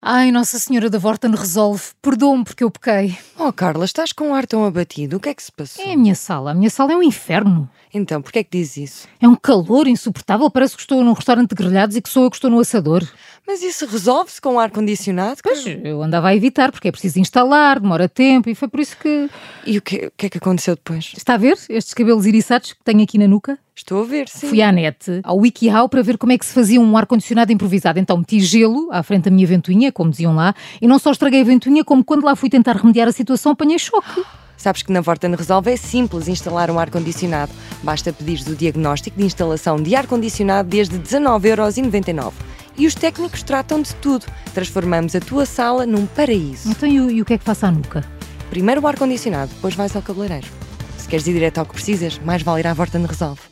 Ai, Nossa Senhora da Vorten resolve. Perdoa-me porque eu pequei. Oh, Carla, estás com um ar tão abatido. O que é que se passou? É a minha sala. A minha sala é um inferno. Então, porquê é que diz isso? É um calor insuportável. Parece que estou num restaurante de grelhados e que sou eu que estou no assador. Mas isso resolve-se com ar-condicionado? Pois, Carla? eu andava a evitar porque é preciso instalar, demora tempo e foi por isso que... E o que, o que é que aconteceu depois? Está a ver estes cabelos iriçados que tenho aqui na nuca? Estou a ver, sim. Fui à net, ao WikiHow, para ver como é que se fazia um ar-condicionado improvisado. Então meti gelo à frente da minha ventoinha, como diziam lá, e não só estraguei a ventoinha, como quando lá fui tentar remediar a situação, apanhei choque. Sabes que na Vorten Resolve é simples instalar um ar-condicionado. Basta pedires o diagnóstico de instalação de ar-condicionado desde 19,99€. E os técnicos tratam de tudo. Transformamos a tua sala num paraíso. Então e, o- e o que é que faço à nuca? Primeiro o ar-condicionado, depois vais ao cabeleireiro. Se queres ir direto ao que precisas, mais vale ir à Vorten Resolve.